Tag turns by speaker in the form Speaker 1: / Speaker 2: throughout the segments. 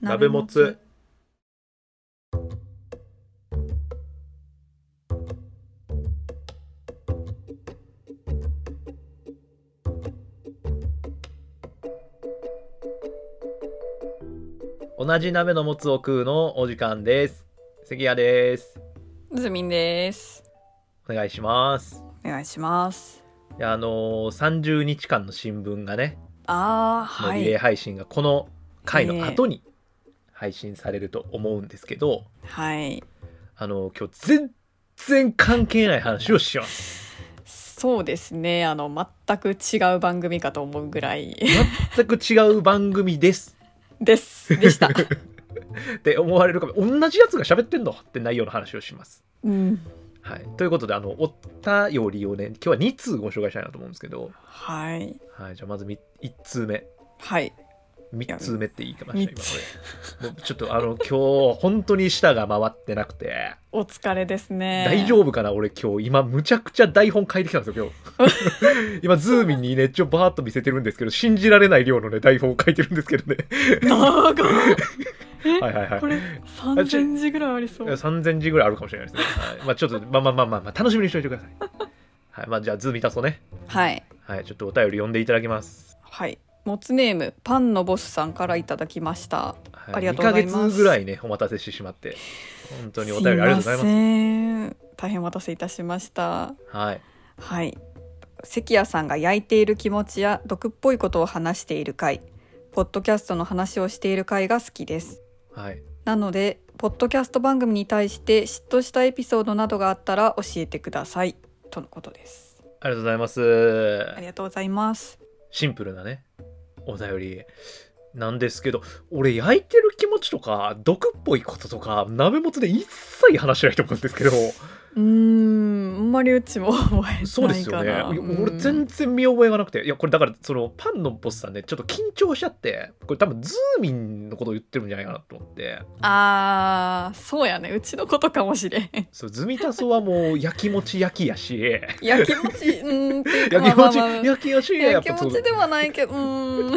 Speaker 1: 鍋もつ同じ鍋のもつを食うのお時間です関谷です
Speaker 2: ズミンです
Speaker 1: お願いします
Speaker 2: お願いします
Speaker 1: いやあのー、30日間の新聞がね
Speaker 2: ああ
Speaker 1: の
Speaker 2: は
Speaker 1: リレー
Speaker 2: い
Speaker 1: 配信がこの回の後に配信されると思うんですけど、
Speaker 2: はい
Speaker 1: あの今日全然関係ない話をします
Speaker 2: そうですねあの全く違う番組かと思うぐらい
Speaker 1: 全く違う番組です
Speaker 2: ですで した、
Speaker 1: って思われるかも同じやつが喋ってんのって内容の話をします
Speaker 2: うん、
Speaker 1: はい、ということであのお便りをね今日は2通ご紹介したいなと思うんですけど、
Speaker 2: はい
Speaker 1: はい、じゃあまず1通目
Speaker 2: はい
Speaker 1: 3通目って言いました
Speaker 2: 三
Speaker 1: 今
Speaker 2: つ
Speaker 1: これもうちょっとあの今日本当に舌が回ってなくて、
Speaker 2: お疲れですね
Speaker 1: 大丈夫かな俺今日今むちゃくちゃ台本書いてきたんですよ今日 今ズーミンにねちょバーッと見せてるんですけど信じられない量のね台本を書いてるんですけどね
Speaker 2: 長 っえ
Speaker 1: はいはいはい
Speaker 2: これ三千字ぐらいありそう
Speaker 1: 3000字ぐらいあるかもしれないですね、はい、まあちょっとまあまあまあまあ、まあ、楽しみにしておいてくださいはいまあじゃあズーミンたそうね
Speaker 2: はい
Speaker 1: はいちょっとお便り読んでいただきます
Speaker 2: はいもつネームパンのボスさんからいただきました
Speaker 1: はい
Speaker 2: ありがとうございます
Speaker 1: 2ヶ月ぐらいねお待たせしてしまって本当にお便りありがとうございます
Speaker 2: すいません大変お待たせいたしました
Speaker 1: はい
Speaker 2: はい関谷さんが焼いている気持ちや毒っぽいことを話している回ポッドキャストの話をしている回が好きです
Speaker 1: はい
Speaker 2: なのでポッドキャスト番組に対して嫉妬したエピソードなどがあったら教えてくださいとのことです
Speaker 1: ありがとうございます
Speaker 2: ありがとうございます
Speaker 1: シンプルなねお便りなんですけど俺焼いてる気持ちとか毒っぽいこととか鍋もつで一切話しないと思うんですけど
Speaker 2: うーんあんまりうちも覚えてないかな
Speaker 1: そうですよね
Speaker 2: うん
Speaker 1: 俺全然見覚えがなくていやこれだからそのパンのボスさんねちょっと緊張しちゃってこれ多分ズーミンのことを言ってるんじゃないかなと思って
Speaker 2: あーそうやねうちのことかもし れん
Speaker 1: そうズミタソはもう焼きもち焼きやし
Speaker 2: 焼きもちうーんっていうか
Speaker 1: 焼きもち
Speaker 2: まあまあまあ
Speaker 1: 焼きやしや
Speaker 2: や
Speaker 1: っ
Speaker 2: 気
Speaker 1: ぱ
Speaker 2: 持
Speaker 1: そう
Speaker 2: ちではないけどうーん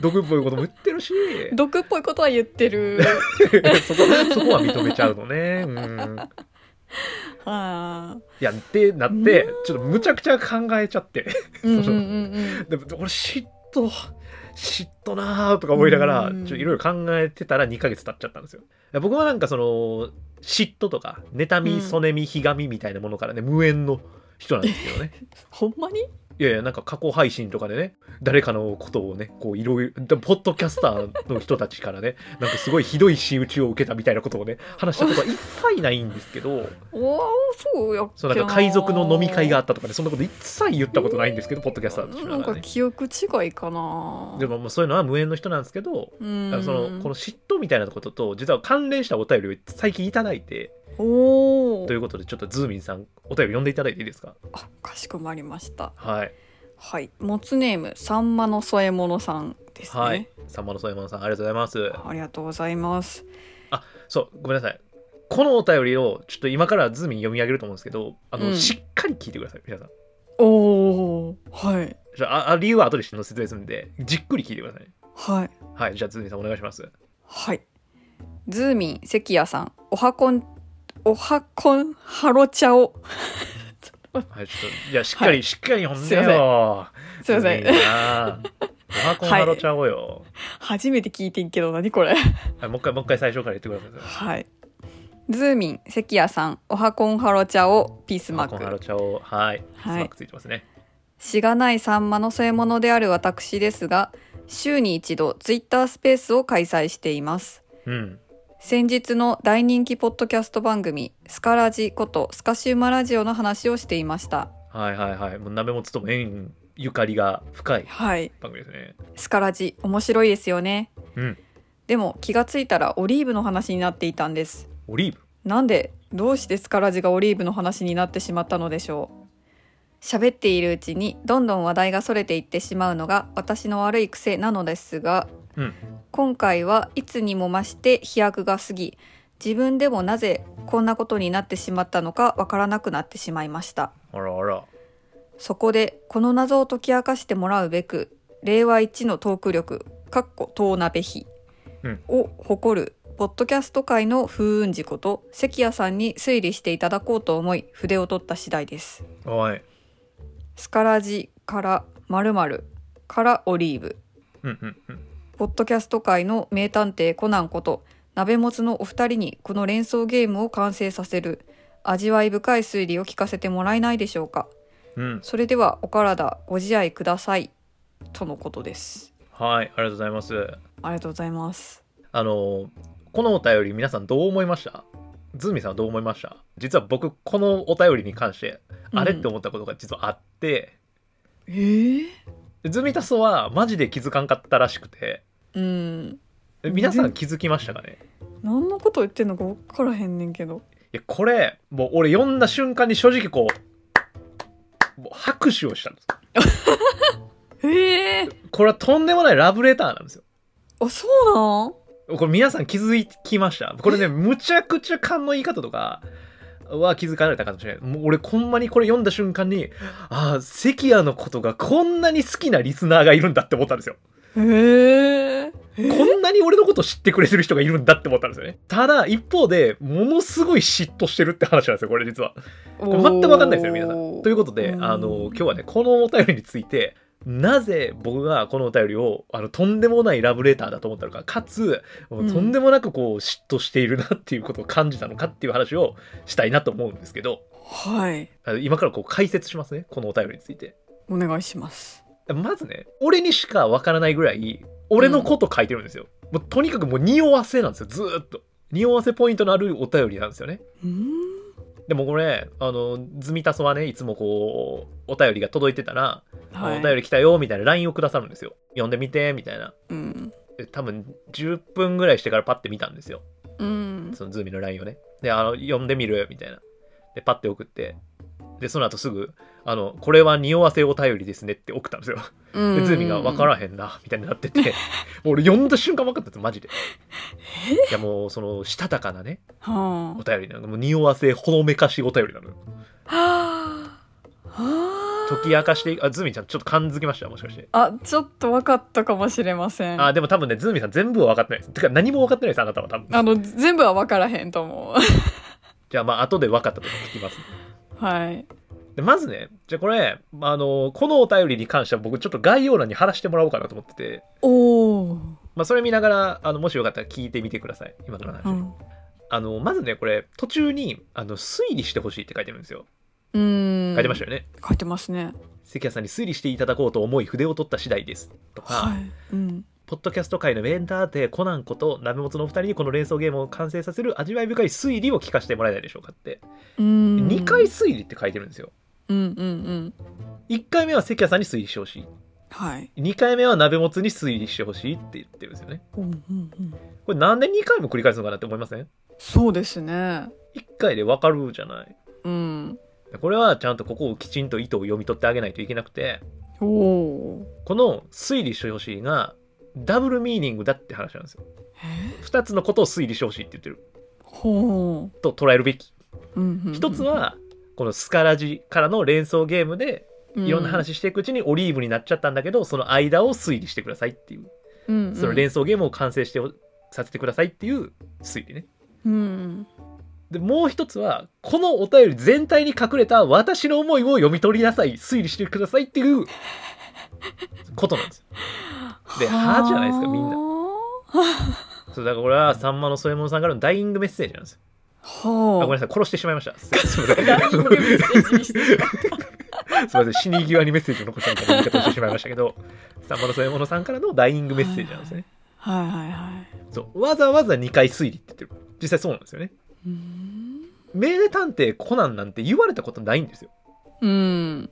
Speaker 1: 毒っぽいことも言ってる し
Speaker 2: 毒っぽいことは言ってる
Speaker 1: そこそこは認めちゃうのねうん
Speaker 2: はい
Speaker 1: やってなって
Speaker 2: う
Speaker 1: ちょっとむちゃくちゃ考えちゃって
Speaker 2: うんうん
Speaker 1: そ
Speaker 2: うん
Speaker 1: の
Speaker 2: うん
Speaker 1: でも俺嫉妬嫉妬なーとか思いながら
Speaker 2: う
Speaker 1: ちょ
Speaker 2: ん
Speaker 1: っといろいろ考えてたら2ヶ月経っちゃったんですよいや僕はなんかその嫉妬とか妬
Speaker 2: う
Speaker 1: み
Speaker 2: ん
Speaker 1: そねみひがみみたいなものからね無縁の人なんですけど ね
Speaker 2: ほんまに
Speaker 1: いやいやなんか過去配信とかでね誰かのことをねこういろいろポッドキャスターの人たちからねなんかすごいひどい仕打ちを受けたみたいなことをね話したことは一切ないんですけど
Speaker 2: おおそうやっけ
Speaker 1: そうなんか海賊の飲み会があったとかねそんなこと一切言ったことないんですけどポッドキャスターとして
Speaker 2: なんか
Speaker 1: ね
Speaker 2: 記憶違いかな
Speaker 1: でももうそういうのは無縁の人なんですけど、
Speaker 2: う
Speaker 1: だ
Speaker 2: ん
Speaker 1: からそのこの嫉妬みたいなことと実は関連したお便りを最近いただいて
Speaker 2: おお
Speaker 1: ということでちょっとズーミンさんお便り読んでいただいていいですか
Speaker 2: あかしこまりました
Speaker 1: はい
Speaker 2: はいもつネームさんまの添え物さんですね、
Speaker 1: はいさんまのそえものさんありがとうございます
Speaker 2: ありがとうございます
Speaker 1: そうごめんなさいこのお便りをちょっと今からズーミン読み上げると思うんですけどあの、
Speaker 2: うん
Speaker 1: しっかり聞いてください皆さん
Speaker 2: おおはい
Speaker 1: じゃああ理由は後で説明するんでじっくり聞いてください
Speaker 2: はい
Speaker 1: はいじゃあズーミンさんお願いします
Speaker 2: はい。ズーミン関谷さん、おはこん、おはこんハロチャを。
Speaker 1: はいちょっとじゃあしっかり、
Speaker 2: は
Speaker 1: しっかり読ん
Speaker 2: す
Speaker 1: で
Speaker 2: いませ
Speaker 1: よ
Speaker 2: すいませ
Speaker 1: いい
Speaker 2: ん。
Speaker 1: なおはこんハロちゃおうよ、
Speaker 2: 初めて聞いてんけど、何これ。
Speaker 1: はい、もう一回もう一回最初から言ってください
Speaker 2: はい。ズーミン関谷さん、おはこんハロチャを、ピースマ
Speaker 1: マコンハ
Speaker 2: ー
Speaker 1: ロ
Speaker 2: ク。
Speaker 1: チャオはい、
Speaker 2: はい
Speaker 1: スマックついてますね
Speaker 2: しがないさんまの添え物である私ですが、週に一度、ツイッタースペースを開催しています。
Speaker 1: うん
Speaker 2: 先日の大人気ポッドキャスト番組、スカラジことスカシウマラジオの話をしていました。
Speaker 1: はいはいはいもう鍋もつとも縁ゆかりが深い
Speaker 2: はい。
Speaker 1: 番組ですね
Speaker 2: スカラジ、面白いですよね。
Speaker 1: うん
Speaker 2: でも気がついたらオリーブの話になっていたんです
Speaker 1: オリーブ
Speaker 2: なんでどうしてスカラジがオリーブの話になってしまったのでしょう喋っているうちにどんどん話題がそれていってしまうのが私の悪い癖なのですが、
Speaker 1: うん
Speaker 2: 今回はいつにも増して飛躍が過ぎ自分でもなぜこんなことになってしまったのかわからなくなってしまいました
Speaker 1: あらあら
Speaker 2: そこでこの謎を解き明かしてもらうべく令和一のトーク力かっこ遠鍋比
Speaker 1: うん
Speaker 2: を誇るポッドキャスト界の風雲事こと関谷さんに推理していただこうと思い筆を取った次第です。
Speaker 1: はい。
Speaker 2: スカラジから〇〇からオリーブ
Speaker 1: うんうんうん。
Speaker 2: ポッドキャスト界の名探偵コナンこと鍋もつのお二人にこの連想ゲームを完成させる味わい深い推理を聞かせてもらえないでしょうか
Speaker 1: うん、
Speaker 2: それではお体ご自愛くださいとのことです
Speaker 1: はい、ありがとうございます。
Speaker 2: ありがとうございます
Speaker 1: あの、このお便り皆さんどう思いましたズミさんはどう思いました実は僕、このお便りに関して、あれって思ったことが実はあって、
Speaker 2: えー、
Speaker 1: ズミタソはマジで気づかんかったらしくて、
Speaker 2: うん
Speaker 1: え皆さん気づきましたかね
Speaker 2: 何のこと言ってんのか分からへんねんけど
Speaker 1: いや、これ、もう俺読んだ瞬間に正直こう、もう拍手をしたんです。
Speaker 2: ええー、
Speaker 1: これはとんでもないラブレターなんですよ。
Speaker 2: あそうなん
Speaker 1: これ皆さん気づきましたこれね、むちゃくちゃ勘の言い方とかは気づかれたかもしれない。もう俺、ほんまにこれ読んだ瞬間に、ああ、関谷のことがこんなに好きなリスナーがいるんだって思ったんですよ。
Speaker 2: ええ
Speaker 1: こんなに俺のこと知ってくれてる人がいるんだって思ったんですよね。ただ、一方で、ものすごい嫉妬してるって話なんですよ、これ実は。全くわかんないですよ、皆さん。ということで、
Speaker 2: うん
Speaker 1: あの、今日はね、このお便りについて、なぜ僕がこのお便りをあのとんでもないラブレターだと思ったのかかつもうとんでもなくこう嫉妬しているなっていうことを感じたのかっていう話をしたいなと思うんですけど
Speaker 2: はい
Speaker 1: あの今からこう解説しますねこのお便りについて
Speaker 2: お願いします
Speaker 1: まずね俺にしかわからないぐらい俺のこと書いてるんですよ、もうとにかくもう匂わせなんですよずーっと匂わせポイントのあるお便りなんですよね
Speaker 2: うん
Speaker 1: でもこれあのズミタソはねいつもこうお便りが届いてたら
Speaker 2: はい
Speaker 1: お便り来たよみたいな LINE をくださるんですよ読んでみてみたいな
Speaker 2: うん
Speaker 1: で多分10分ぐらいしてからパッて見たんですよ
Speaker 2: うん
Speaker 1: そのズーミの LINE をねであの読んでみるみたいなでパッて送ってでその後すぐあの「これは匂わせお便りですね」って送ったんですよ
Speaker 2: うん
Speaker 1: でズーミが「分からへんな」みたいに なっててもう俺読んだ瞬間分かったんですマジでいやもうそのしたたかなね
Speaker 2: は
Speaker 1: お便りなのもう匂わせほのめかしお便りなのよ
Speaker 2: あはあ
Speaker 1: 解き明かしていくあズーミちゃんちょっと感づきましたもしかして
Speaker 2: あちょっと分かったかもしれません
Speaker 1: あ
Speaker 2: あ
Speaker 1: でも多分ねズーミさん全部は分かってないですてか何も分かってないですあなたは多分
Speaker 2: の全部は分からへんと思
Speaker 1: じゃあまあ後で分かったと聞きます
Speaker 2: う はい
Speaker 1: でまずねじゃあこれあのこのお便りに関しては僕ちょっと概要欄に貼らせてもらおうかなと思ってて、
Speaker 2: おお、
Speaker 1: まあ、それ見ながらあのもしよかったら聞いてみてください今からの話、
Speaker 2: うん、
Speaker 1: あのまずねこれ途中にあの推理してほしいって書いてるんですよ
Speaker 2: うん
Speaker 1: 書いてましたよね、
Speaker 2: 書いてますね
Speaker 1: 関谷さんに推理していただこうと思い筆を取った次第ですとか、
Speaker 2: はい、うん、
Speaker 1: ポッドキャスト界のメンターテコナンこと鍋元のお二人にこの連想ゲームを完成させる味わい深い推理を聞かせてもらえないでしょうかって、
Speaker 2: うん
Speaker 1: 2回推理って書いてるんですよ
Speaker 2: うんうんうん
Speaker 1: 1回目は関谷さんに推理してほしい
Speaker 2: はい
Speaker 1: 2回目は鍋もつに推理してほしいって言ってるんですよね
Speaker 2: うんうんうん
Speaker 1: これなんで2回も繰り返すのかなって思いません
Speaker 2: そうですね
Speaker 1: ?1 回でわかるじゃない
Speaker 2: うん
Speaker 1: これはちゃんとここをきちんと意図を読み取ってあげないといけなくて
Speaker 2: おお
Speaker 1: この推理してほしいがダブルミーニングだって話なんですよ
Speaker 2: え
Speaker 1: 2つのことを推理してほしいって言ってる
Speaker 2: ほ
Speaker 1: と捉えるべき
Speaker 2: う、うんうんうん、
Speaker 1: 1つはこのスカラジからの連想ゲームでいろんな話していくうちにオリーブになっちゃったんだけどその間を推理してくださいっていう
Speaker 2: うん、うんうん、
Speaker 1: その連想ゲームを完成しておさせてくださいっていう推理ね
Speaker 2: うん
Speaker 1: でもう一つはこのお便り全体に隠れた私の思いを読み取りなさい推理してくださいっていうことなんですよではあじゃないですかみんなそうだからこれはさんまの添右衛門さんからのダイイングメッセージなんですよあごめん
Speaker 2: は
Speaker 1: なさい殺してしまいましたすすいません
Speaker 2: ダイイングメッセージにしてしまっ
Speaker 1: すいません死に際にメッセージを残したみたいな言い方をしてしまいましたけどさんまの添右衛門さんからのダイイングメッセージなんですね
Speaker 2: あはいはいはい
Speaker 1: そうわざわざ2回推理って言ってる実際そうなんですよね
Speaker 2: うーん
Speaker 1: 名探偵コナンなんて言われたことないんですよ
Speaker 2: うん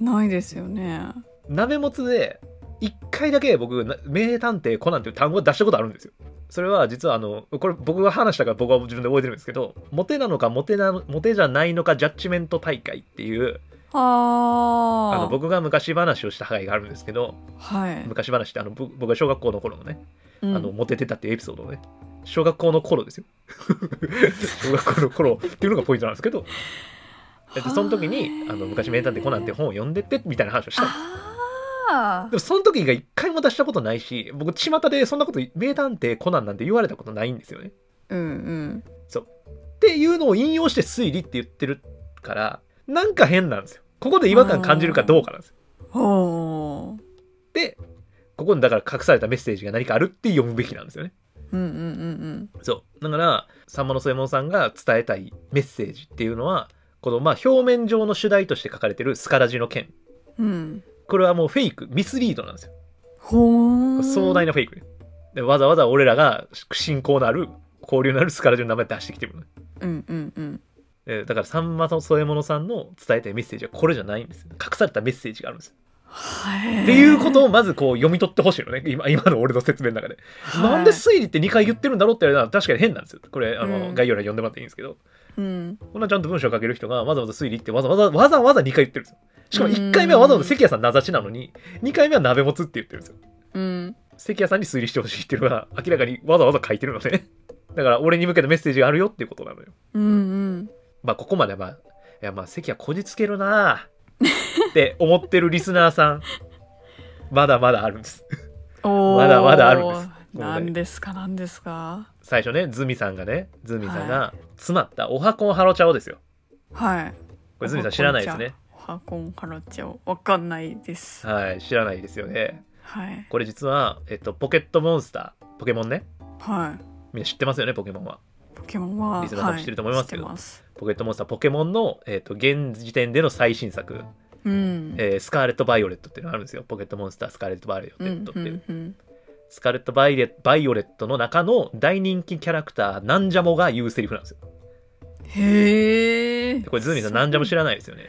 Speaker 2: ないですよね
Speaker 1: 鍋もつで一回だけ僕な名探偵コナンっていう単語を出したことあるんですよそれは実はあのこれ僕が話したから僕は自分で覚えてるんですけどモテなのかモテなモテじゃないのかジャッジメント大会っていう
Speaker 2: は
Speaker 1: あ
Speaker 2: あ
Speaker 1: の僕が昔話をした回があるんですけど
Speaker 2: はい、
Speaker 1: 昔話ってあの僕僕が小学校の頃のね、
Speaker 2: うん
Speaker 1: あのモテてたっていうエピソードをね小学校の頃ですよ 小学校の頃っていうのがポイントなんですけどだってその時に
Speaker 2: はい
Speaker 1: 「あの昔名探偵コナン」って本を読んでってみたいな話をしたんです
Speaker 2: ああ
Speaker 1: でもその時が一回も出したことないし僕巷でそんなこと名探偵コナンなんて言われたことないんですよね。
Speaker 2: うんうん
Speaker 1: っていうのを引用して推理って言ってるからなんか変なんですよ。ここで違和感感じるかどうかなんですよ。
Speaker 2: おー
Speaker 1: でここにだから隠されたメッセージが何かあるって読むべきなんですよね。
Speaker 2: うんうんうん
Speaker 1: そうだからさんまの末物さんが伝えたいメッセージっていうのはこのまあ表面上の主題として書かれてるスカラジの件
Speaker 2: うんうん
Speaker 1: これはもうフェイクミスリードなんですよ。
Speaker 2: ほー
Speaker 1: 壮大なフェイクねでわざわざ俺らが信仰のある交流のあるスカラジの名前出してきてるのね
Speaker 2: うんうんうん
Speaker 1: えーだからさんまの添物さんの伝えたいメッセージはこれじゃないんですよ隠されたメッセージがあるんですよ
Speaker 2: はい
Speaker 1: っていうことをまずこう読み取ってほしいのね今 今の俺の説明の中で、
Speaker 2: はい
Speaker 1: なんで推理って2回言ってるんだろうって言われたら確かに変なんですよこれあの、
Speaker 2: うん
Speaker 1: 概要欄読んでもらっていいんですけど
Speaker 2: うん
Speaker 1: こんなちゃんと文章書ける人がわざわざ推理ってわざわざわざわざ2回言ってるんですよしかも1回目はわざわざ関谷さん名指しなのに2回目は鍋もつって言ってるんですよ
Speaker 2: うん
Speaker 1: 関谷さんに推理してほしいっていうのが明らかにわざわざ書いてるのねだから俺に向けたメッセージがあるよっていうことなのよ
Speaker 2: うんうん
Speaker 1: まあここまではまあいやまあ関谷こじつけるなあって思ってるリスナーさんまだまだあるんです
Speaker 2: おー
Speaker 1: まだまだあるんです
Speaker 2: なんですかなんですか
Speaker 1: 最初ねズミさんがねズミさんが詰まったおはこんハロチャオですよ
Speaker 2: はい
Speaker 1: これズミさん知らないですね
Speaker 2: おはこんハロチャオわかんないです
Speaker 1: はい知らないですよね
Speaker 2: はい
Speaker 1: これ実は、えっと、ポケットモンスターポケモンね
Speaker 2: はい
Speaker 1: みんな知ってますよねポケモンは
Speaker 2: ポケモンは
Speaker 1: リスナーさんも知ってると思いますけど
Speaker 2: はい知ってます
Speaker 1: ポケットモンスターポケモンの、えっと、現時点での最新作
Speaker 2: うん
Speaker 1: えースカーレット・バイオレットっていうのがあるんですよ。ポケットモンスター、スカーレット・バイオレットっていう。
Speaker 2: うんうん
Speaker 1: スカーレットバイレ・バイオレットの中の大人気キャラクター、ナンジャモが言うセリフなんですよ。
Speaker 2: うんへえ
Speaker 1: でこれ、ズーミーさん、ナンジャモ知らないですよね。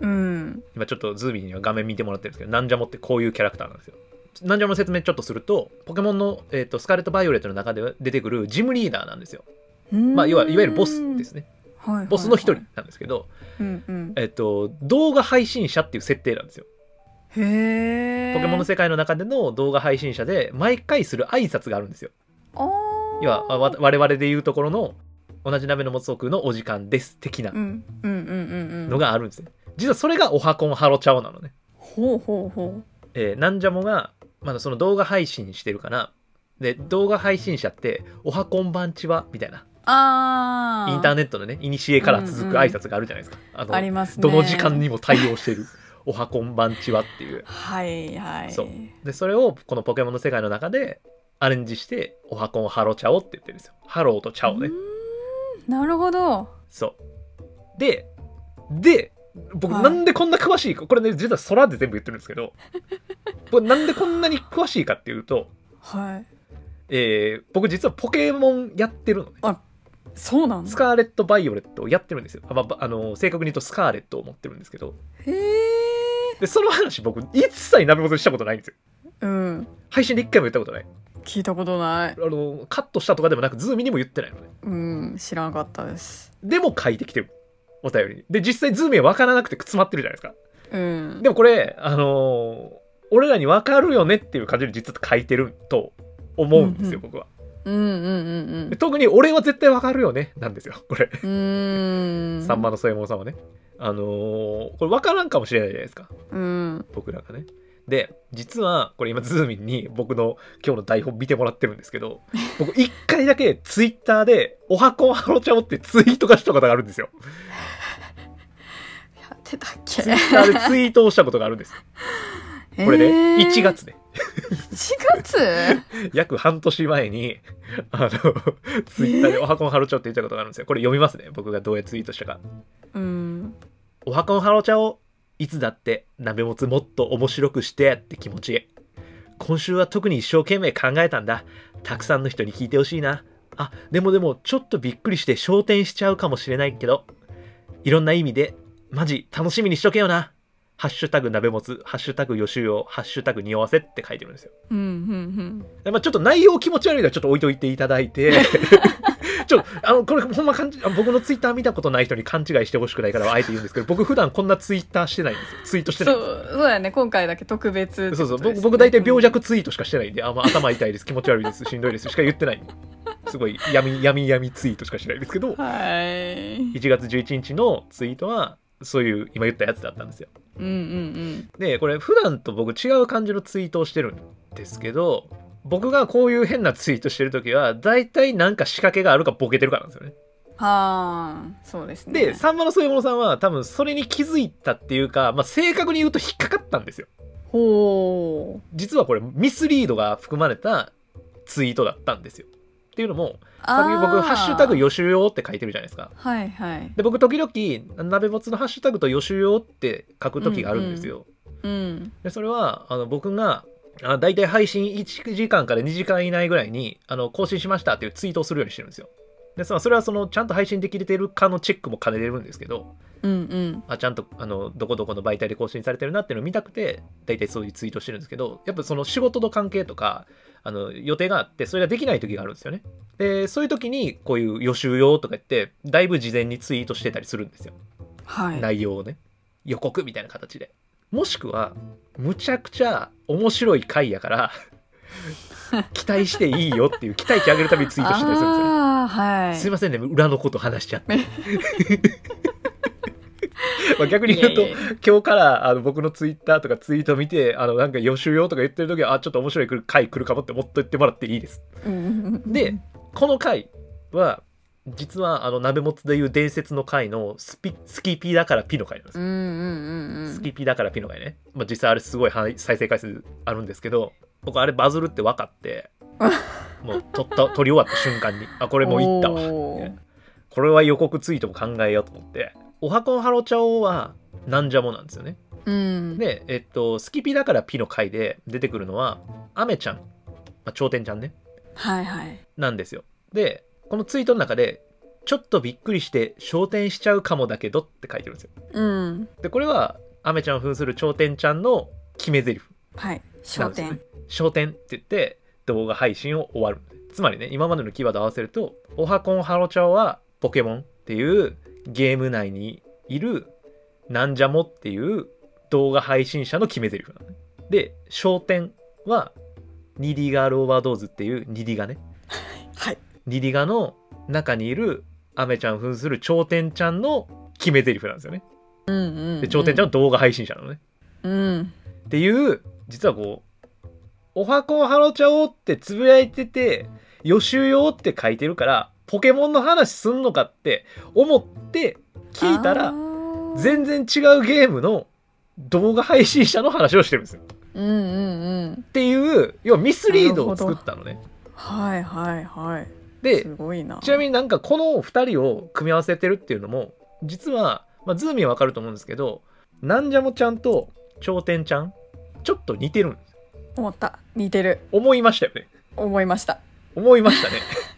Speaker 2: うん
Speaker 1: 今、ちょっとズーミーには画面見てもらってるんですけど、ナンジャモってこういうキャラクターなんですよ。ナンジャモの説明ちょっとすると、ポケモンの、えー、とスカーレット・バイオレットの中で出てくるジムリーダーなんですよ。まあ、いわいわゆるボスですね。
Speaker 2: はいはいはい
Speaker 1: ボスの一人なんですけど、
Speaker 2: うんうん
Speaker 1: えっ、と、動画配信者っていう設定なんですよ。
Speaker 2: へえ
Speaker 1: ポケモンの世界の中での動画配信者で、毎回する挨拶があるんですよ。
Speaker 2: あー
Speaker 1: 要はあわ我々で言うところの同じ鍋の持つ奥のお時間です的な
Speaker 2: うんうんうんうんう
Speaker 1: の
Speaker 2: ん
Speaker 1: があるんですね、実はそれがおはこんハロチャオなのね、
Speaker 2: ほうほうほ
Speaker 1: えーなんじゃもがまだその動画配信してるからで動画配信者って「おはこんばんちは」みたいな
Speaker 2: うあ
Speaker 1: インター
Speaker 2: ネ
Speaker 1: ネットのね古から続く挨拶があるじゃないですか、あの
Speaker 2: ありますね
Speaker 1: どの時間にも対応してる「おはこんばんちは」っていう
Speaker 2: はいはい
Speaker 1: そうでそれをこのポケモンの世界の中でアレンジして「おはこんハロチャオ」って言ってるんですよハローとチャオね
Speaker 2: うーんなるほど
Speaker 1: そう。で、で、僕
Speaker 2: はい
Speaker 1: なんでこんな詳しいか、これね、実は空で全部言ってるんで すけど、僕なんでこんなに詳しいかっていうと、
Speaker 2: はい
Speaker 1: えー僕実はポケモンやってるのね。
Speaker 2: そうなん
Speaker 1: ス
Speaker 2: だ
Speaker 1: カーレット・バイオレットをやってるんですよ。あまあばあの正確に言うとスカーレットを持ってるんですけど、
Speaker 2: へえ
Speaker 1: でその話僕一切鍋元にしたことないんですよ。
Speaker 2: うん
Speaker 1: 配信で一回も言ったことない。
Speaker 2: 聞いたことない
Speaker 1: あの、カットしたとかでもなく、ズーミにも言ってないのね。
Speaker 2: うん知らなかったです
Speaker 1: でも書いてきてる。お便りに。で、実際ズーミは分からなくて詰まってるじゃないですか。
Speaker 2: うん
Speaker 1: でもこれ、あのー俺らに分かるよねっていう感じで実は書いてると思うんですよ、僕は。
Speaker 2: うんうんうんうん
Speaker 1: で特に俺は絶対分かるよねなんですよ、これ。
Speaker 2: うーん
Speaker 1: さんまの添右衛門さんはね。あのーこれ分からんかもしれないじゃないですか、
Speaker 2: うん
Speaker 1: 僕らがね。で、実は、これ今、ズーミンに僕の今日の台本見てもらってるんですけ ど、僕一回だけツイッターで、おはこんハロちゃおってツイートがしたことがあるんですよ。
Speaker 2: やってたっけ
Speaker 1: ツイッターでツイートをしたことがあるんです。これね、1月ね。
Speaker 2: 1月
Speaker 1: 約半年前に、 あの、ツイッターでおはこんハロチャオって言ったことがあるんですよ。これ読みますね。僕がどうやってツイートしたか。
Speaker 2: うん
Speaker 1: おはこんハロチャオ、いつだって鍋もつもっと面白くしてって気持ちいい。今週は特に一生懸命考えたんだ。たくさんの人に聞いてほしいな。あ、でもでもちょっとびっくりして焦点しちゃうかもしれないけど、いろんな意味で、マジ楽しみにしとけよな。ハッシュタグ鍋もつ、ハッシュタグ予習を、ハッシュタグ匂わせって書いてるんですよ。
Speaker 2: うんうん
Speaker 1: でまあ、ちょっと内容気持ち悪いのはちょっと置いといていただいてちょっとあのこれほんま勘違いあ僕のツイッター見たことない人に勘違いしてほしくないからあえて言うんですけど僕普段こんなツイッターしてないんですよツイートし
Speaker 2: そ
Speaker 1: て
Speaker 2: う
Speaker 1: ないんです
Speaker 2: そうだよね今回だけ特別って
Speaker 1: そうそ
Speaker 2: こ
Speaker 1: う
Speaker 2: とですね
Speaker 1: 僕僕大体病弱ツイートしかしてないんであ、まあ、頭痛いです気持ち悪いですしんどいですしか言ってないすごい闇闇闇ツイートしかしてないですけ
Speaker 2: は
Speaker 1: ど
Speaker 2: い
Speaker 1: 1月11日のツイートはそういう今言ったやつだったんですよ
Speaker 2: うんうん
Speaker 1: でこれ普段と僕違う感じのツイートをしてるんですけど僕がこういう変なツイートしてる時は大体なんか仕掛けがあるかボケてるからなんですよね
Speaker 2: うんはあそうですね
Speaker 1: で、さんまのそういうものさんは多分それに気づいたっていうか、まあ、正確に言うと引っかかったんですよ
Speaker 2: ほう
Speaker 1: 実はこれミスリードが含まれたツイートだったんですよっていうのも
Speaker 2: あ
Speaker 1: 先
Speaker 2: ー
Speaker 1: に僕「ハッシュタグ予習用」って書いてるじゃないですか
Speaker 2: はいはい
Speaker 1: で僕時々鍋ボツのハッシュタグと予習用って書く時があるんですよ、
Speaker 2: うん
Speaker 1: でそれはあの僕があ大体配信1時間から2時間以内ぐらいにあの更新しましたっていうツイートをするようにしてるんですよでそそれはそのちゃんと配信できてるかのチェックも兼ねてるんですけど
Speaker 2: うんうん
Speaker 1: あちゃんとあのどこどこの媒体で更新されてるなっていうのを見たくて大体そういうツイートしてるんですけどやっぱその仕事の関係とかあの予定があってそれができない時があるんですよねでそういう時にこういう予習用とか言ってだいぶ事前にツイートしてたりするんですよ
Speaker 2: はい
Speaker 1: 内容をね予告みたいな形でもしくはむちゃくちゃ面白い回やから 期待していいよっていう期待値上げるためにツイートしてたりするんですよ、ね、
Speaker 2: ああはい
Speaker 1: すいませんね裏のこと話しちゃって まあ逆に言う
Speaker 2: い
Speaker 1: と
Speaker 2: やいやいや
Speaker 1: 今日からあの僕のツイッターとかツイート見てあのなんか予習用とか言ってる時はあちょっと面白い回来るかもって思っといてもらっていいです
Speaker 2: うんうんうん
Speaker 1: でこの回は実はあの鍋もつでいう伝説の回のスピスキーピーだからピの回なんですよ
Speaker 2: うんうんうんうん
Speaker 1: スキピだからピのがね、まあ、実際あれすごい再生回数あるんですけど僕あれバズるって分かって もう撮った撮り終わった瞬間にあこれもういったわ
Speaker 2: おー
Speaker 1: ねこれは予告ツイートも考えようと思って「おはこんハロチャオ」はなんじゃもなんですよね
Speaker 2: うん
Speaker 1: でえっとスキピだからピの回で出てくるのはアメちゃん、まあ、頂点ちゃんね
Speaker 2: はいはい
Speaker 1: なんですよでこのツイートの中で「ちょっとびっくりして昇天しちゃうかもだけど」って書いてるんですよ
Speaker 2: うん
Speaker 1: でこれはアメちゃんを扮する頂点ちゃんの決め台詞
Speaker 2: はい焦
Speaker 1: なん
Speaker 2: 点
Speaker 1: ですよね焦点って言って動画配信を終わるつまりね今までのキーワードを合わせると「オハコンハロチャオ」は「ポケモン」っていうゲーム内にいるなんじゃもっていう動画配信者の決め台詞なのねで「焦点」は「ニディガール・オーバードーズ」っていうニディガね
Speaker 2: はい
Speaker 1: ニディガの中にいるアメちゃん扮する頂点ちゃんの決め台詞なんですよね
Speaker 2: うんうんうん
Speaker 1: で頂点ちゃんは動画配信者なのね
Speaker 2: うん
Speaker 1: っていう実はこう「おはこんハロチャオ」ってつぶやいてて予習用って書いてるからポケモンの話すんのかって思って聞いた
Speaker 2: あ
Speaker 1: ら
Speaker 2: ー
Speaker 1: 全然違うゲームの動画配信者の話をしてるんですよ。
Speaker 2: うんうんうん
Speaker 1: っていう要はミスリードを作ったのね。
Speaker 2: はいはいはい
Speaker 1: です
Speaker 2: ごいな
Speaker 1: ちなみになんかこの2人を組み合わせてるっていうのも実は、まあ、ズーミンはわかると思うんですけどなんじゃもちゃんと頂点ちゃんちょっと似てるんです
Speaker 2: 思った似てる
Speaker 1: 思いましたよね。
Speaker 2: 思いました
Speaker 1: 思いましたね。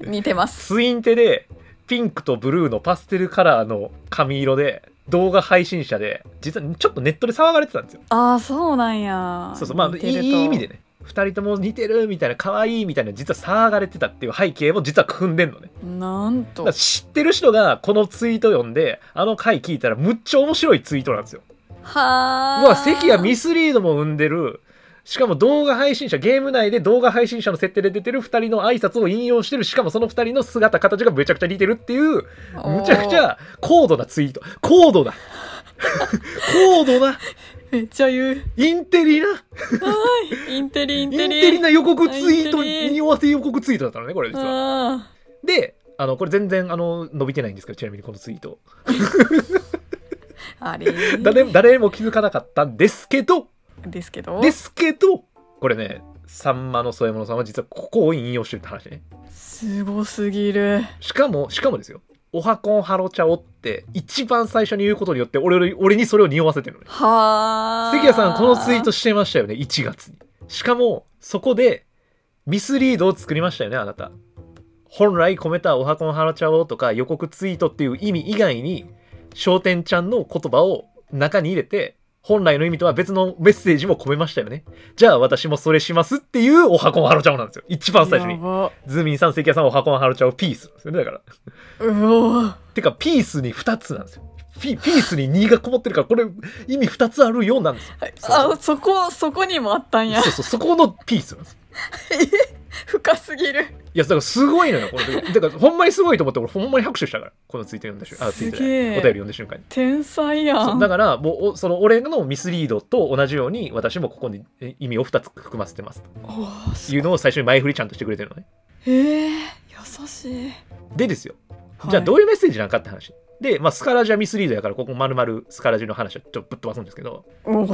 Speaker 2: 似て ます
Speaker 1: ツインテでピンクとブルーのパステルカラーの髪色で動画配信者で実はちょっとネットで騒がれてたんですよ
Speaker 2: ああそうなんや
Speaker 1: そうそうまあ
Speaker 2: 似
Speaker 1: い
Speaker 2: てると
Speaker 1: い意味でね2人とも似てるみたいな可愛いみたいな実は騒がれてたっていう背景も実は組んでんのね
Speaker 2: なん
Speaker 1: だ
Speaker 2: と
Speaker 1: から知ってる人がこのツイート読んであの回聞いたらむっちゃ面白いツイートなんですよ
Speaker 2: はあ
Speaker 1: うわ関がミスリードも生んでるしかも動画配信者ゲーム内で動画配信者の設定で出てる2人の挨拶を引用してるしかもその2人の姿形がめちゃくちゃ似てるっていう むちゃくちゃ高度なツイート高度な高度な
Speaker 2: おーめっちゃ言う
Speaker 1: インテリな
Speaker 2: インテリイン
Speaker 1: イン
Speaker 2: テリ
Speaker 1: テリな予告ツイート
Speaker 2: インテリ
Speaker 1: に合わせ予告ツイートだったのねこれ実は。
Speaker 2: あ
Speaker 1: であのこれ全然あの伸びてないんですけどちなみにこのツイート
Speaker 2: ーあれー
Speaker 1: 誰誰も気づかなかったんですけど
Speaker 2: ですけど
Speaker 1: ですけどこれねさんまの添え物さんは実はここを引用してるって話ね
Speaker 2: すごすぎる
Speaker 1: しかもしかもですよ「おはこんハロチャオ」って一番最初に言うことによって俺俺にそれを匂わせてるのね
Speaker 2: はあ
Speaker 1: 関谷さんこのツイートしてましたよね1月にしかもそこでミスリードを作りましたよねあなた本来込めた「おはこんハロチャオ」とか予告ツイートっていう意味以外に商店ちゃんの言葉を中に入れて本来の意味とは別のメッセージも込めましたよねじゃあ私もそれしますっていう「おはこんハロチャオ」なんですよ一番最初
Speaker 2: や
Speaker 1: に
Speaker 2: ば
Speaker 1: ズーミンさん関谷さん「おはこんハロチャオピース」ですよねだから
Speaker 2: うおー
Speaker 1: てかピースに2つなんですよピピースに2がこもってるからこれ意味2つあるようなんですよそうそう
Speaker 2: あそこそこにもあったんや
Speaker 1: そうそう、そこのピースなんです。
Speaker 2: 深すぎる
Speaker 1: いやだからすごいのよこの時だからほんまにすごいと思って俺ほんまに拍手したからこのツイート読んだ瞬間あツイートじゃない
Speaker 2: すげえ
Speaker 1: お便り読んだ瞬間に
Speaker 2: 天才や
Speaker 1: そ
Speaker 2: ん
Speaker 1: うだからもうおその俺のミスリードと同じように私もここにえ意味を2つ含ませてます
Speaker 2: おー
Speaker 1: と
Speaker 2: す
Speaker 1: いうのを最初に前振りちゃんとしてくれてるのね
Speaker 2: えー、優しい
Speaker 1: でですよじゃあど
Speaker 2: う
Speaker 1: ういうメッセージなんかって話で、まあ、スカラジはミスリードやからここ丸々スカラジの話はちょっとぶっ飛ばすんですけど
Speaker 2: おー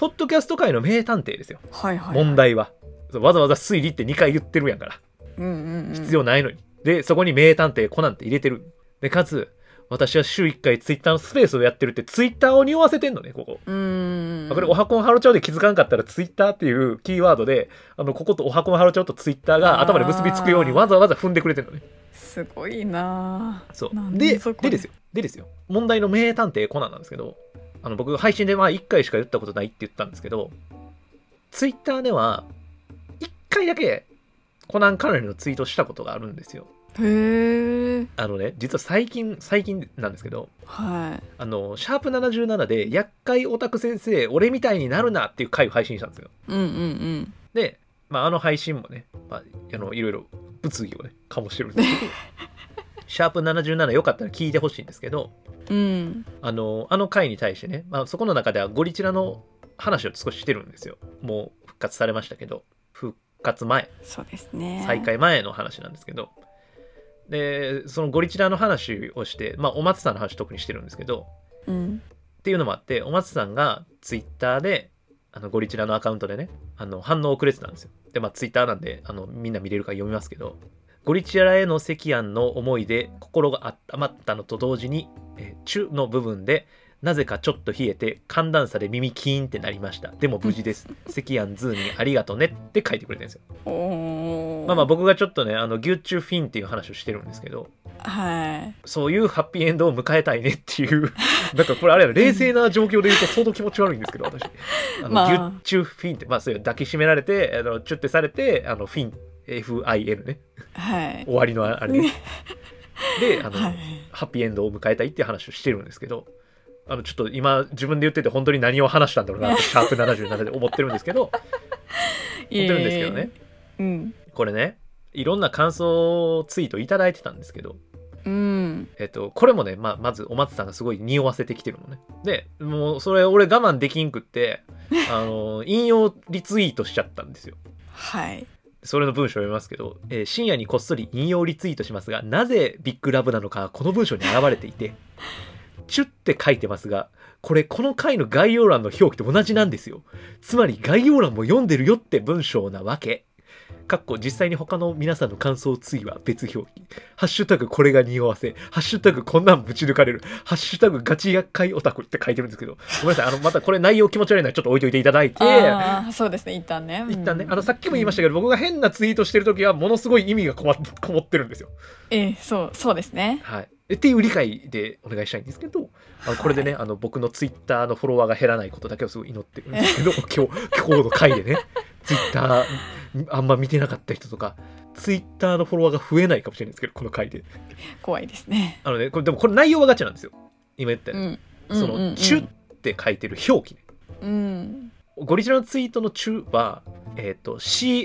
Speaker 1: ポッドキャスト界の名探偵ですよ
Speaker 2: はいはい
Speaker 1: 問題はそうわざわざ推理って2回言ってるやんから
Speaker 2: うんうん、うん、
Speaker 1: 必要ないのに、でそこに名探偵コナンって入れてるでかつ私は週1回ツイッターのスペースをやってるってツイッターを匂わせてんのねここ
Speaker 2: うーん
Speaker 1: あこれ、おはこんハロチョウで気づかんかったら、ツイッターっていうキーワードで、あの、こことおはこんハロチョウとツイッターが頭で結びつくように
Speaker 2: あー
Speaker 1: わざわざ踏んでくれてるのね。
Speaker 2: すごいなあ
Speaker 1: そ
Speaker 2: なん
Speaker 1: う。
Speaker 2: で
Speaker 1: で、
Speaker 2: そこ
Speaker 1: でですよ。でですよ。問題の名探偵コナンなんですけど、あの、僕、配信でまあ1回しか言ったことないって言ったんですけど、ツイッターでは、1回だけ、コナン関連のツイートしたことがあるんですよ。
Speaker 2: へえ
Speaker 1: あのね、実は最近、最近なんですけど、
Speaker 2: はい
Speaker 1: あの、シャープ77で、厄介オタク先生、俺みたいになるなっていう回を配信したんですよ。
Speaker 2: うんうん
Speaker 1: で、まあ、あの配信もね、まあ、あのいろいろ物議をね醸してるんですけどシャープ77よかったら聞いてほしいんですけど
Speaker 2: うんうん
Speaker 1: あのあの回に対してね、まあ、そこの中ではゴリチラの話を少ししてるんですよもう復活されましたけど復活前
Speaker 2: そうですね
Speaker 1: 再開前の話なんですけどでそのゴリチラの話をして、まあ、お松さんの話特にしてるんですけど
Speaker 2: うん
Speaker 1: っていうのもあってお松さんがツイッターであのゴリチラのアカウントでねあの反応をくれてたんですよでまあツイッターなんであのみんな見れるから読みますけどゴリチラへの赤庵の思いで心が温まったのと同時に「えーチュ」の部分でなぜかちょっと冷えて寒暖差で耳キーンってなりましたでも無事です赤庵ズーにありがとねって書いてくれてるんですよ
Speaker 2: おお
Speaker 1: まあまあ僕がちょっとねあの牛中フィンっていう話をしてるんですけど
Speaker 2: はい
Speaker 1: そういうハッピーエンドを迎えたいねっていう、 なんかこれあれやろ冷静な状況で言うと相当気持ち悪いんですけど、私。あの、
Speaker 2: まあ
Speaker 1: ギュッチュフィンって、まあそういう抱きしめられて、あのチュってされて、あのフィン、F-I-N ね、
Speaker 2: はい
Speaker 1: 終わりのあれね。で、あの、
Speaker 2: はい
Speaker 1: ハッピーエンドを迎えたいっていう話をしてるんですけど、あのちょっと今自分で言ってて本当に何を話したんだろ うなって、シャープ77で思ってるんですけど、思ってるんですけどね。
Speaker 2: うん
Speaker 1: これね、いろんな感想ツイートいただいてたんですけど、
Speaker 2: うん
Speaker 1: えっと、これもね、まあ、まずお松さんがすごい匂わせてきてるのね。で、もうそれ俺我慢できんくって、あの、引用リツイートしちゃったんですよ。
Speaker 2: はい
Speaker 1: それの文章を読みますけど、えー深夜にこっそり引用リツイートしますが、なぜビッグラブなのか、この文章に現れていて、チュって書いてますが、これこの回の概要欄の表記と同じなんですよ。つまり概要欄も読んでるよって文章なわけ。かっこ実際に他の皆さんの感想ついは別表記。ハッシュタグこれが匂わせ。ハッシュタグこんなんぶち抜かれる。ハッシュタグガチ厄介オタクって書いてるんですけど、ごめんなさい。あの、またこれ内容気持ち悪いのでちょっと置いといていただいて、
Speaker 2: ああそうですね一旦ね
Speaker 1: 一旦ね、
Speaker 2: うん
Speaker 1: あのさっきも言いましたけど、僕が変なツイートしてる時はものすごい意味がこまこもってるん ですよ。
Speaker 2: ええそうそうですね
Speaker 1: はい、えっていう理解でお願いしたいんですけどあのこれでね、あの僕のツイッターのフォロワーが減らないことだけをすごい祈って るんですけど今日今日の回でねツイッターあんま見てなかった人とかツイッターのフォロワーが増えないかもしれないですけどこの回で
Speaker 2: 怖いですね
Speaker 1: あの、ね、これでもこれ内容はガチなんですよ今言ったよ
Speaker 2: う
Speaker 1: うに
Speaker 2: ん
Speaker 1: その「チュ」って書いてる表記ね
Speaker 2: うん
Speaker 1: ゴリジラのツイートの中は、えっ、と、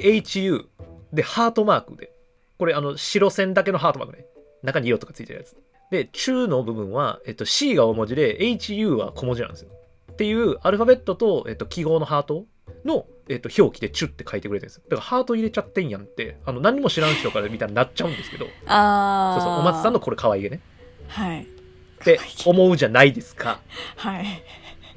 Speaker 1: CHU でハートマークで、これあの、白線だけのハートマークね。中に色とかついてるやつ。で、中の部分は、えっ、と、C が大文字で、HU は小文字なんですよ。っていう、アルファベットと、えっ、と、記号のハートの、えっ、と、表記でチュって書いてくれてるんですよ。だから、ハート入れちゃってんやんって、あの、何も知らん人から見たらなっちゃうんですけど、
Speaker 2: あ
Speaker 1: そう
Speaker 2: あ
Speaker 1: そう、お松さんのこれ可愛げね。
Speaker 2: はい
Speaker 1: って思うじゃないですか。
Speaker 2: はい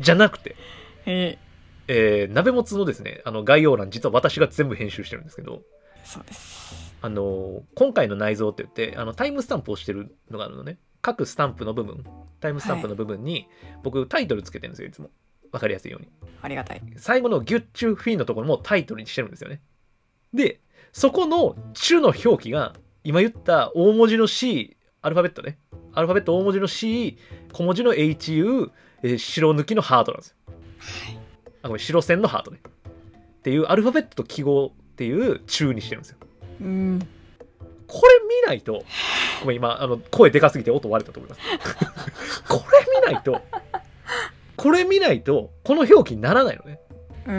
Speaker 1: じゃなくて、
Speaker 2: え
Speaker 1: えー、鍋もつのですね、あの、概要欄、実は私が全部編集してるんですけど、
Speaker 2: えそうです
Speaker 1: あの今回の内蔵って言ってあのタイムスタンプをしてるのがあるのね各スタンプの部分タイムスタンプの部分に、僕タイトルつけてるんですよいつも分かりやすいように
Speaker 2: ありがたい
Speaker 1: 最後のギュッチュフィンのところもタイトルにしてるんですよねでそこの「チュ」の表記が今言った大文字の C アルファベットねアルファベット大文字の C 小文字の HU、えー白抜きのハートなんですよあごめん白線のハートねっていうアルファベットと記号っていう「チュ」にしてるんですよ
Speaker 2: うん
Speaker 1: これ見ないと、ごめん、今、あの声でかすぎて音割れたと思います。これ見ないと、これ見ないと、この表記にならないのね。
Speaker 2: う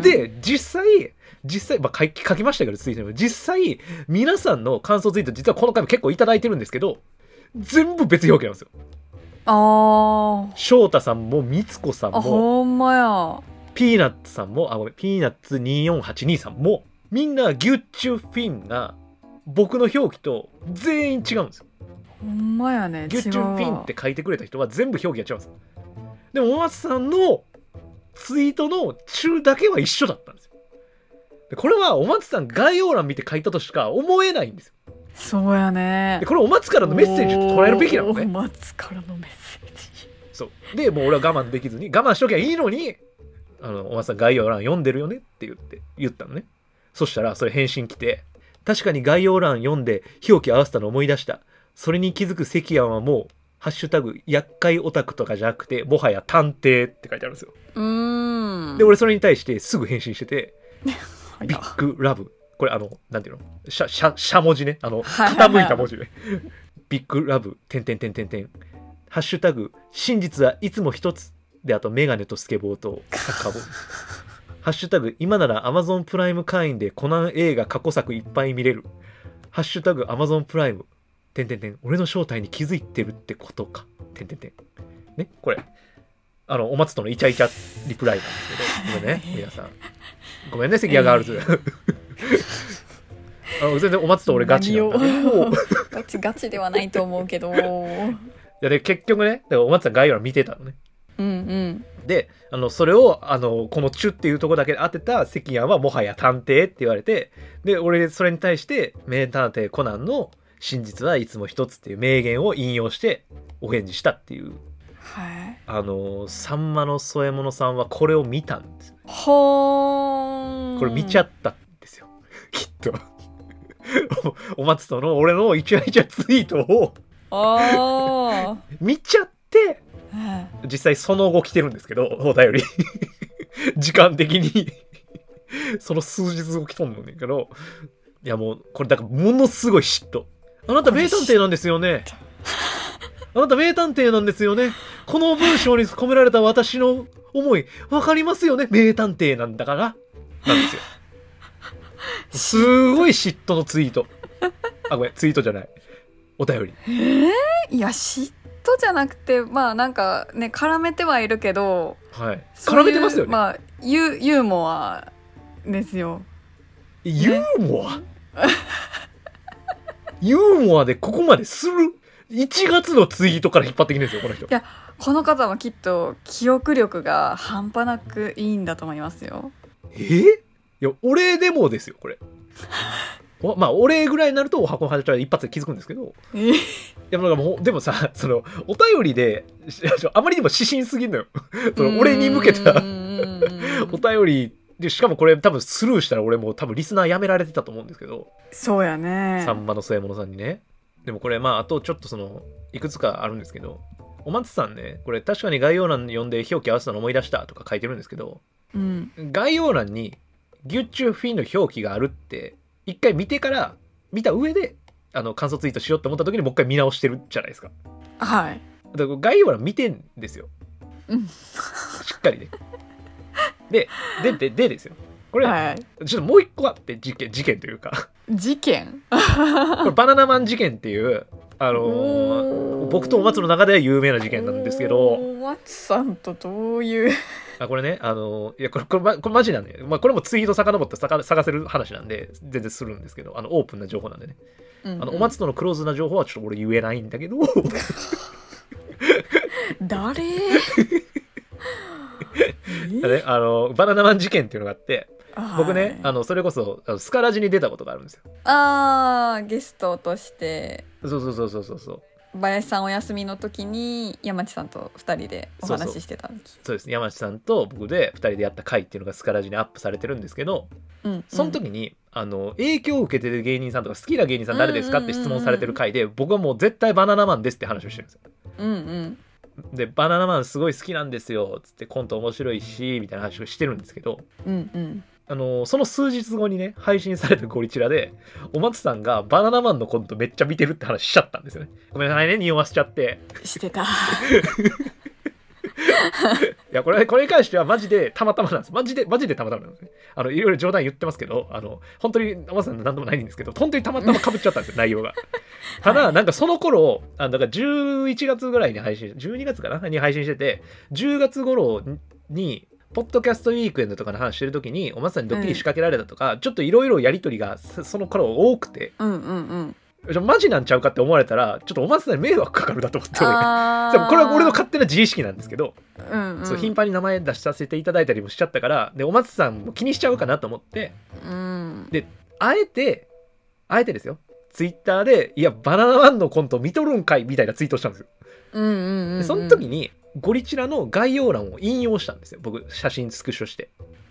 Speaker 2: ん、
Speaker 1: で、実際、実際、まあ、書き書きましたけど、ついても、実際、皆さんの感想ツイート、実はこの回も結構いただいてるんですけど、全部別表記なんですよ。
Speaker 2: あー
Speaker 1: 翔太さんも、みつこさん
Speaker 2: あ
Speaker 1: も、
Speaker 2: ほんまや
Speaker 1: ピーナッツさんも、あ、ごめん、ピーナッツ2482さんも、みんな、ギュッチュフィンが、僕の表記と全員違うんですよ。
Speaker 2: ほんまやね違う
Speaker 1: ギュッチュフィンって書いてくれた人は全部表記が違うんですよ。でも、大松さんのツイートの中だけは一緒だったんですよ。でこれは、お松さん概要欄見て書いたとしか思えないんですよ。
Speaker 2: そうやね
Speaker 1: でこれ、お松からのメッセージと捉えるべきなの
Speaker 2: おー
Speaker 1: ね。
Speaker 2: お待つからのメッセージ
Speaker 1: そう。で、もう俺は我慢できずに、我慢しときゃいいのに、あの、お松さん概要欄読んでるよねって言って、言ったのね。そしたら、それ返信来て、確かに概要欄読んで表記合わせたの思い出した。それに気づく関谷はもう、ハッシュタグ、厄介オタクとかじゃなくて、もはや探偵って書いてあるんですよ。
Speaker 2: うーん
Speaker 1: で、俺それに対してすぐ返信してて、
Speaker 2: は
Speaker 1: ビ
Speaker 2: や
Speaker 1: ッグラブ。これあの、なんていうのしゃ、しゃ、しゃ文字ね。あの、
Speaker 2: はい
Speaker 1: 傾いた文字ね。ビッグラブ、てんてんてんてんてん。ハッシュタグ、真実はいつも一つ。で、あと、メガネとスケボーと サッカーボール。ハッシュタグ、今なら Amazon プライム会員でコナン映画過去作いっぱい見れる。ハッシュタグ、Amazon プライム、てんてんてん。俺の正体に気づいてるってことか。てんてんてん。ね、これ。あの、お松とのイチャイチャリプライなんですけど、ごめんね、皆さん。ごめんね、関谷ガールズ。 あの全然お松と俺ガチなんだ、ね、
Speaker 2: 何
Speaker 1: も
Speaker 2: を
Speaker 1: うい
Speaker 2: ガチガチではないと思うけど
Speaker 1: やで結局ねだからお松さん概要欄見てたのね
Speaker 2: うんうん
Speaker 1: であのそれをあのこの「チュ」っていうとこだけで当てた関谷はもはや探偵って言われてで俺それに対して名探偵コナンの「真実はいつも一つ」っていう名言を引用してお返事したっていう
Speaker 2: はい
Speaker 1: あのさんまの添え物さんはこれを見たんですよ
Speaker 2: ほーん
Speaker 1: これ見ちゃったんですよ、きっと おお松との俺のイチャイチャツイートを
Speaker 2: あ
Speaker 1: 見ちゃって
Speaker 2: あ
Speaker 1: 実際その後来てるんですけど お便り時間的に その数日後来とんのねんけどいやもうこれだからものすごい嫉妬あなた名探偵なんですよねあなた名探偵なんですよねこの文章に込められた私の思いわかりますよね名探偵なんだからなんですよすごい嫉妬のツイートあごめんツイートじゃないお便り
Speaker 2: えー、いや嫉妬じゃなくてまあなんかね絡めてはいるけど
Speaker 1: はい
Speaker 2: そうい
Speaker 1: 絡
Speaker 2: う
Speaker 1: めてますよね、
Speaker 2: まあユユーモアですよ
Speaker 1: ユーモアユーモアでここまでする ?1 月のツイートから引っ張ってきてるんですよ、この人。
Speaker 2: この方はきっと記憶力が半端なくいいんだと思いますよ
Speaker 1: えいや、俺でもですよ、これ。おまあ、俺ぐらいになると、お箱の話は一発で気づくんですけど、
Speaker 2: え
Speaker 1: いや、なんかもう、でもさ、その、お便りで、しあまりにも指針すぎんのよ。その俺に向けた
Speaker 2: うーん
Speaker 1: お便りで、しかもこれ多分スルーしたら俺もう多分リスナーやめられてたと思うんですけど、
Speaker 2: そうやね
Speaker 1: さんまの末物さんにねでもこれまああとちょっとそのいくつかあるんですけどお松さんねこれ確かに概要欄読んで表記合わせたの思い出したとか書いてるんですけど
Speaker 2: うん
Speaker 1: 概要欄にギュッチュフィンの表記があるって一回見てから見た上であの感想ツイートしようって思った時にもう一回見直してるじゃないですか
Speaker 2: はい
Speaker 1: だから概要欄見てんですよ
Speaker 2: うん
Speaker 1: しっかりねででででですよこれ、
Speaker 2: はい
Speaker 1: ちょっともう一個あって事件事件というか
Speaker 2: 事件
Speaker 1: これバナナマン事件っていうあのー僕とお松の中では有名な事件なんですけど、
Speaker 2: お松さんとどういう
Speaker 1: あこれね、あの、いや、これ、これ、まこれマジなんで、まあ、これもツイート遡って探探せる話なんで、全然するんですけど、あの、オープンな情報なんでね。
Speaker 2: あ
Speaker 1: あの、お松とのクローズな情報はちょっと俺言えないんだけど、
Speaker 2: 誰
Speaker 1: ね、あの、バナナマン事件っていうのがあって、僕ね、
Speaker 2: はい
Speaker 1: あの、それこそ、あのスカラジに出たことがあるんですよ。
Speaker 2: あーゲストとして
Speaker 1: そうそうそうそうそうそう。
Speaker 2: 林さんお休みの時に山地さんと2人でお話ししてたんです
Speaker 1: そうですね、山下さんと僕で2人でやった回っていうのがスカラジにアップされてるんですけど、
Speaker 2: うんうん
Speaker 1: その時に、あの影響を受けてる芸人さんとか好きな芸人さん誰ですかって質問されてる回で、僕はもう絶対バナナマンですって話をしてるんですよ。
Speaker 2: うんうん
Speaker 1: で「バナナマンすごい好きなんですよ」つってコント面白いしみたいな話をしてるんですけど、
Speaker 2: うんうん
Speaker 1: あのその数日後にね配信されたゴリチラでお松さんがバナナマンのコントめっちゃ見てるって話しちゃったんですよね。ごめんなさいね匂わせちゃって
Speaker 2: してた
Speaker 1: いやこれこれに関してはマジでたまたまなんですマジでマジでたまたまなんですねあのいろいろ冗談言ってますけどあの本当に天さん何でもないんですけど本当にたまたまかぶっちゃったんですよ内 容がただ、なんかその頃あのだから11月ぐらいに配信12月かなに配信してて10月頃にポッドキャストウィークエンドとかの話してる時におまさにドッキリ仕掛けられたとか、ちょっといろいろやり取りがそその頃多くて
Speaker 2: うんうんうん
Speaker 1: じゃあマジなんちゃうかって思われたらちょっとおまさに迷惑かかるだと思って俺
Speaker 2: あー
Speaker 1: でもこれは俺の勝手な自意識なんですけど、
Speaker 2: うんうん
Speaker 1: そう頻繁に名前出しさせていただいたりもしちゃったからでお松さんも気にしちゃうかなと思って
Speaker 2: うん
Speaker 1: あえてあえてですよツイッターで「いやバナナマンのコント見とるんかい」みたいなツイートをしたんですよ。
Speaker 2: うんうんうんう
Speaker 1: で
Speaker 2: ん
Speaker 1: その時にゴリチラの概要欄を引用したんですよ僕写真スクショして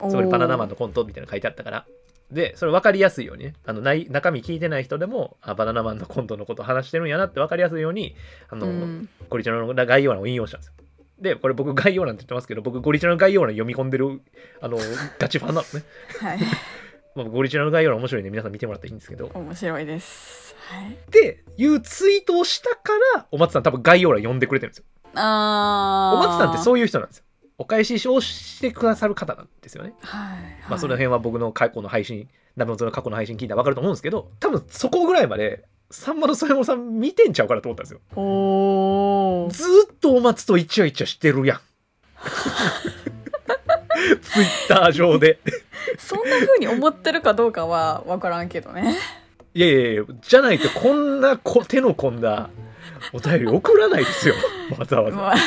Speaker 1: つまりバナナマンのコントみたいなの書いてあったから。でそれ分かりやすいようにねあのない中身聞いてない人でもあバナナマンのコントのこと話してるんやなって分かりやすいようにあ
Speaker 2: おー
Speaker 1: の、
Speaker 2: うん
Speaker 1: ゴリチャラの概要欄を引用したんですよ。で、これ僕概要欄って言ってますけど、僕ゴリチャラの概要欄読み込んでる、あの、 ガチファンなのね。
Speaker 2: はい
Speaker 1: まあ、ゴリチャラの概要欄面白いんで皆さん見てもらったらいいんですけど。
Speaker 2: 面白いですはい
Speaker 1: っていうツイートをしたから、お松さん多分概要欄読んでくれてるんですよ。
Speaker 2: あ
Speaker 1: お松さんって
Speaker 2: う
Speaker 1: そういう人なんですよ。お返しをしてくださる方なんですよね。
Speaker 2: はい
Speaker 1: まあ、その
Speaker 2: はい
Speaker 1: 辺は僕の過去の配信、ダメ元の過去の配信聞いたら分かると思うんですけど、多分そこぐらいまで、 さんまのそれもさん見てんちゃうかなと思ったんですよ。
Speaker 2: おー
Speaker 1: ずーっとお松とイチャイチャしてるやん。 ツイッター上で。
Speaker 2: そんな風に思ってるかどうかは分からんけどね
Speaker 1: いやいやいや、じゃないとこんなこ手の込んだお便り送らないですよ。わざわざ。い
Speaker 2: まあ確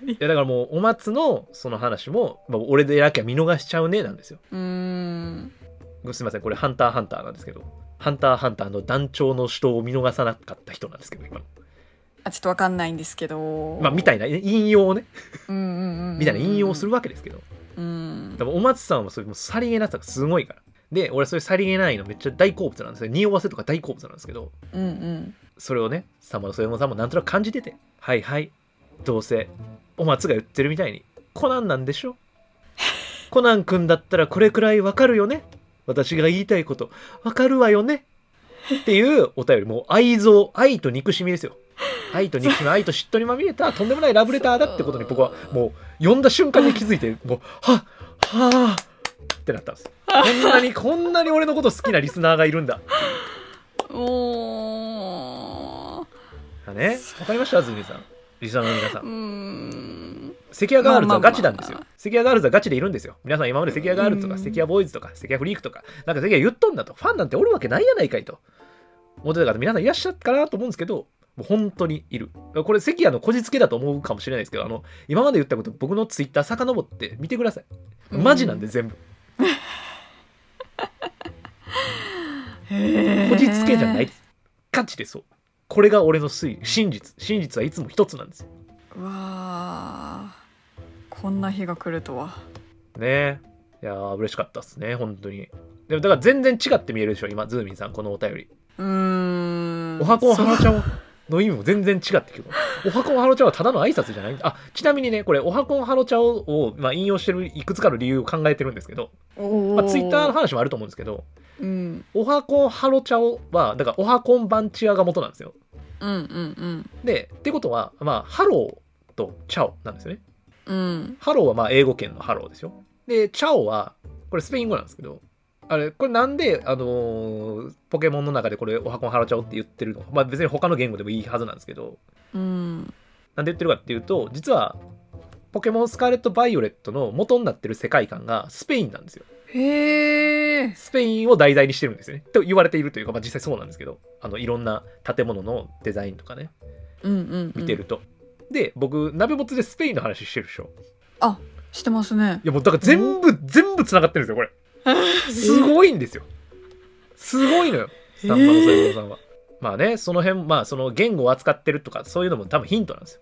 Speaker 2: かに
Speaker 1: やだからもうお松のその話も、まあ、俺でなきゃ見逃しちゃうねなんですよ。
Speaker 2: うーん
Speaker 1: すみません、これハンターハンターなんですけど。ハンターハンターの団長の主導を見逃さなかった人なんですけど、今の。
Speaker 2: あちょっと分かんないんですけど
Speaker 1: まあ、みたいな、引用をね、
Speaker 2: うんうんうんうん
Speaker 1: みたいな引用をするわけですけど。
Speaker 2: うん
Speaker 1: でもお松さんはそれもうさりげなさがすごいから。で、俺それさりげないのめっちゃ大好物なんですよ。匂わせとか大好物なんですけど、
Speaker 2: うんうん
Speaker 1: それをね、さんまのそよもさんもなんとなく感じてて、はいはい、どうせ、お松が言ってるみたいに、コナンなんでしょコナン君だったらこれくらいわかるよね私が言いたいこと、わかるわよねっていうお便り、もう愛憎、愛と憎しみですよ。愛と憎しみ、愛と嫉妬にまみれた、とんでもないラブレターだってことに僕はもう、読んだ瞬間に気づいて、もう、はっ、はぁ、ってなったんです。こんなに、こんなに俺のこと好きなリスナーがいるんだ。
Speaker 2: おー
Speaker 1: だね。わかりましたズミさん。リスナーの皆さん
Speaker 2: うー。ん
Speaker 1: 関谷ガールズはガチなんですよ
Speaker 2: まあまあま。
Speaker 1: 関谷ガールズはガチでいるんですよ。皆さん今まで関谷ガールズとか
Speaker 2: うん
Speaker 1: 関谷ボーイズとか関谷フリークとか、なんか関谷言っとんだと、ファンなんておるわけないやないかいと。思ってた方皆さんいらっしゃったかなと思うんですけど、もう本当にいる。これ関谷のこじつけだと思うかもしれないですけど、あの、今まで言ったこと僕のツイッター遡って見てください。マジなんで全部。こ
Speaker 2: こ
Speaker 1: じつけじゃないです。ガチでそう。これが俺の推理、真実。真実はいつも一つなんですよ。
Speaker 2: うわあこんな日が来るとは
Speaker 1: ねえいやー嬉しかったっすね本当にでもだから全然違って見えるでしょ今ズーミンさんこのお便り
Speaker 2: うーん
Speaker 1: おはこんは
Speaker 2: そう
Speaker 1: ろちゃんの意味も全然違ってくるおはこんはろちゃんはただの挨拶じゃないんだあちなみにねこれおはこんはろちゃんを、まあ、引用してるいくつかの理由を考えてるんですけど、
Speaker 2: お
Speaker 1: まあ、ツイッターの話もあると思うんですけど
Speaker 2: うん
Speaker 1: おはこんはろちゃんはだからおはこんばんちやが元なんですよ
Speaker 2: うんうん
Speaker 1: でってことはまあハローとチャオなんですよね
Speaker 2: うんうん
Speaker 1: ハローはまあ英語圏のハローですよ。で、チャオは、これスペイン語なんですけど、あれ、これなんで、あのーポケモンの中でこれ、おはこんハロチャオって言ってるのまあ別に他の言語でもいいはずなんですけど、
Speaker 2: うん
Speaker 1: なんで言ってるかっていうと、実は、ポケモンスカーレット・バイオレットの元になってる世界観がスペインなんですよ。
Speaker 2: へえ
Speaker 1: スペインを題材にしてるんですよね。と言われているというか、まあ実際そうなんですけど、あの、いろんな建物のデザインとかね、
Speaker 2: うんうん
Speaker 1: 見てると。で、僕、鍋もつでスペインの話してるでしょ。
Speaker 2: してますね
Speaker 1: いやもうだから全部、全部繋がってるんですよ、これ。 すごいんですよ。すごいのよ、スタンマの細胞さんは。まあね、その辺、まあその言語を扱ってるとか、そういうのも多分ヒントなんですよ。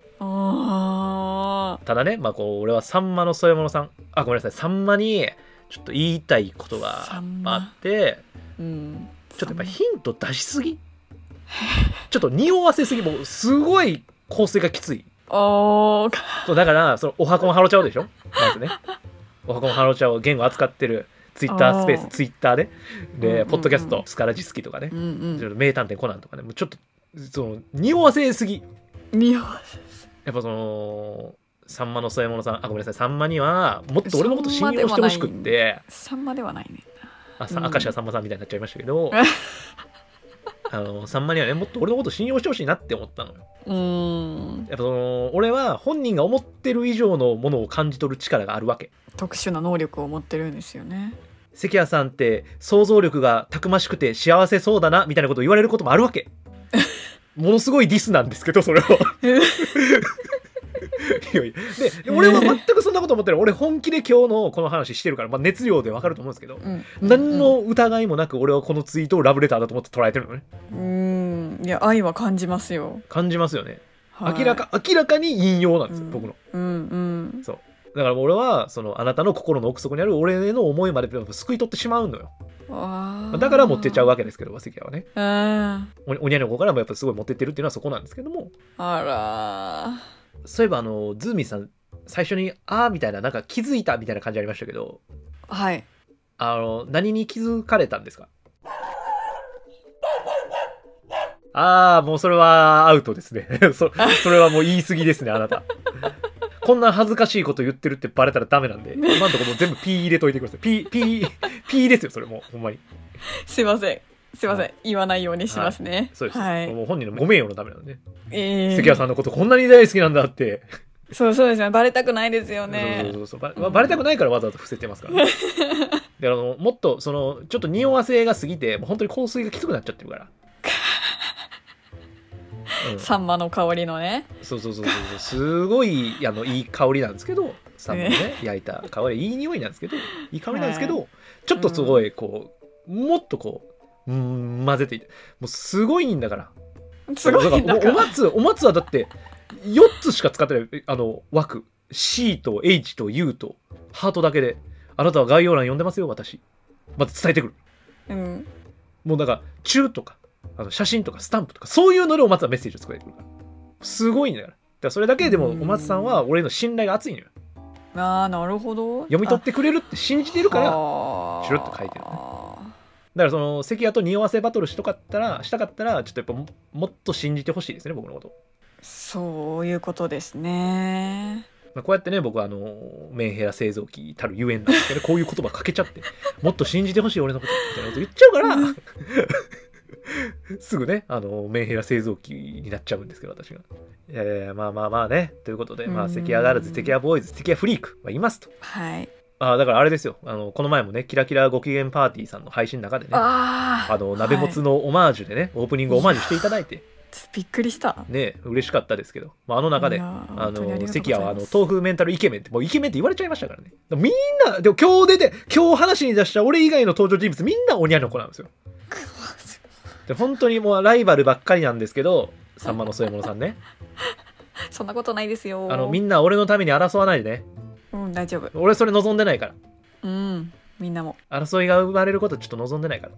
Speaker 2: あ
Speaker 1: ただね、まあこう、俺はサンマの添え物さん、あ、ごめんなさい、サンマに、ちょっと言いたいことが
Speaker 2: さんま
Speaker 1: あって、
Speaker 2: ーうん
Speaker 1: ちょっとやっぱヒント出しすぎちょっと匂わせすぎ、もうすごい構成がきつい。
Speaker 2: おー
Speaker 1: そうだから、そのおはこんハロちゃおでしょまずね。おはこんハロちゃお言語扱ってる、ツイッタースペー
Speaker 2: あー
Speaker 1: ス、ツイッターで、で、
Speaker 2: うんうんうん
Speaker 1: ポッドキャスト、スカラジスキとかね
Speaker 2: う、ん
Speaker 1: ちょっと名探偵コナンとかね、もうちょっと、その、匂わせすぎ。
Speaker 2: うん匂わせ
Speaker 1: やっぱその、さんまの添え物さんあごめんなさいさんまにはもっと俺のこと信用してほしくって
Speaker 2: さんまではないねん
Speaker 1: あ
Speaker 2: う
Speaker 1: さ
Speaker 2: ん
Speaker 1: 明石家さんまさんみたいになっちゃいました けどあのさんまにはねもっと俺のこと信用してほしいなって思ったのよ
Speaker 2: なうーん
Speaker 1: やっぱその俺は本人が思ってる以上のものを感じ取る力があるわけ
Speaker 2: 特殊な能力を持ってるんですよね
Speaker 1: 関谷さんって想像力がたくましくて幸せそうだなみたいなことを言われることもあるわけものすごいディスなんですけどそれをいやいやで俺は全くそんなこと思ってる俺本気で今日のこの話してるから、まあ、熱量でわかると思うんですけど
Speaker 2: うん
Speaker 1: 何の疑いもなく俺はこのツイートをラブレターだと思って捉えてるのね
Speaker 2: うんうんいや愛は感じますよ、
Speaker 1: 感じますよね
Speaker 2: はい
Speaker 1: 明らか明らかに引用なんですよ、
Speaker 2: うん
Speaker 1: 僕の
Speaker 2: うんうん
Speaker 1: だからもう俺はそのあなたの心の奥底にある俺への思いまで救い取ってしまうのよ
Speaker 2: わ
Speaker 1: ま
Speaker 2: あ
Speaker 1: あだから持ってっちゃうわけですけど関谷はね
Speaker 2: うんあ
Speaker 1: おおにゃの子からもやっぱすごい持ってってるっていうのはそこなんですけども
Speaker 2: ら
Speaker 1: そういえばあのズーミンさん最初に「あー」みたいななんか気づいたみたいな感じありましたけど
Speaker 2: はい
Speaker 1: あの何に気づかれたんですかああもうそれはアウトですね そそれはもう言い過ぎですねあなたこんな恥ずかしいこと言ってるってバレたらダメなんで今んとこもう全部ピー入れといてくださいピーピーピーですよそれもうほんまに
Speaker 2: すいませんすいません言わないようにしますね
Speaker 1: そうです、
Speaker 2: はい
Speaker 1: もう本人のご名誉のためなんで、ね
Speaker 2: ええ
Speaker 1: 関谷さんのことこんなに大好きなんだって
Speaker 2: そうそうですねバレたくないですよ
Speaker 1: そう
Speaker 2: ね
Speaker 1: そうそうそうばバレたくないからわざわざ伏せてます から、ね、であのもっとそのちょっと匂わせが過ぎてもう本当に香水がきつくなっちゃってる から、うん、そ
Speaker 2: サンマの香りのね
Speaker 1: うそうそうそうそうすごいあのいい香りなんですけどサンのね焼いた香りいい匂いなんですけどいい香りなんですけど、ちょっとすごいこう、もっとこううん混ぜていてもうすごいんだから
Speaker 2: すごいな
Speaker 1: だ
Speaker 2: ん
Speaker 1: からおお
Speaker 2: か
Speaker 1: 松お松はだって4つしか使ってないえあの枠 C と H と U とハートだけであなたは概要欄読んでますよ私まず伝えてくる
Speaker 2: うん
Speaker 1: もうなんか中とかあの写真とかスタンプとかそういうのでお松はメッセージを作れてくるからすごいんだからだからそれだけでもお
Speaker 2: うん
Speaker 1: 松さんは俺の信頼が厚いのよ
Speaker 2: ああなるほど
Speaker 1: 読み取っ
Speaker 2: あ
Speaker 1: てくれるって信じてるからだか
Speaker 2: はあ
Speaker 1: しろっと書いてるねらその関谷と匂わせバトルしとかったらしたかったらちょっとやっぱももっと信じてほしいですね僕のこと
Speaker 2: そういうことですね
Speaker 1: まあ、こうやってね僕はあのメンヘラ製造機たるゆえんなんですけど、ね、こういう言葉かけちゃって もっと信じてほしい俺のことみたいなこと言っちゃうから すぐねあのメンヘラ製造機になっちゃうんですけど私が。いやいやいやまあまあまあねということで、ま
Speaker 2: う
Speaker 1: あ、
Speaker 2: ん
Speaker 1: 関谷ガールズ関谷ボーイズ関谷フリークはいますと。
Speaker 2: はい
Speaker 1: あーだからあれですよあのこの前もね「キラキラご機嫌パーティー」さんの配信の中でねあ
Speaker 2: ああ
Speaker 1: の鍋もつ
Speaker 2: はい
Speaker 1: のオマージュでね、オープニングオマージュしていただいて
Speaker 2: ちょっとびっくりした
Speaker 1: ね嬉しかったですけど、まあ、あの中で
Speaker 2: いやー
Speaker 1: あ
Speaker 2: 本当にあり
Speaker 1: の
Speaker 2: がとう
Speaker 1: 関
Speaker 2: ございます
Speaker 1: 谷はあの豆腐メンタルイケメンってもうイケメンって言われちゃいましたからねだからみんなでも今日出て今日話に出した俺以外の登場人物みんなおにゃの子なんですよで本当にもうライバルばっかりなんですけどさんまの添え物さん ね
Speaker 2: そんなことないですよ
Speaker 1: あのみんな俺のために争わないでね
Speaker 2: うん大丈夫
Speaker 1: 俺それ望んでないか
Speaker 2: うんみんなも、
Speaker 1: ら争いが生まれることちょっと望んでないから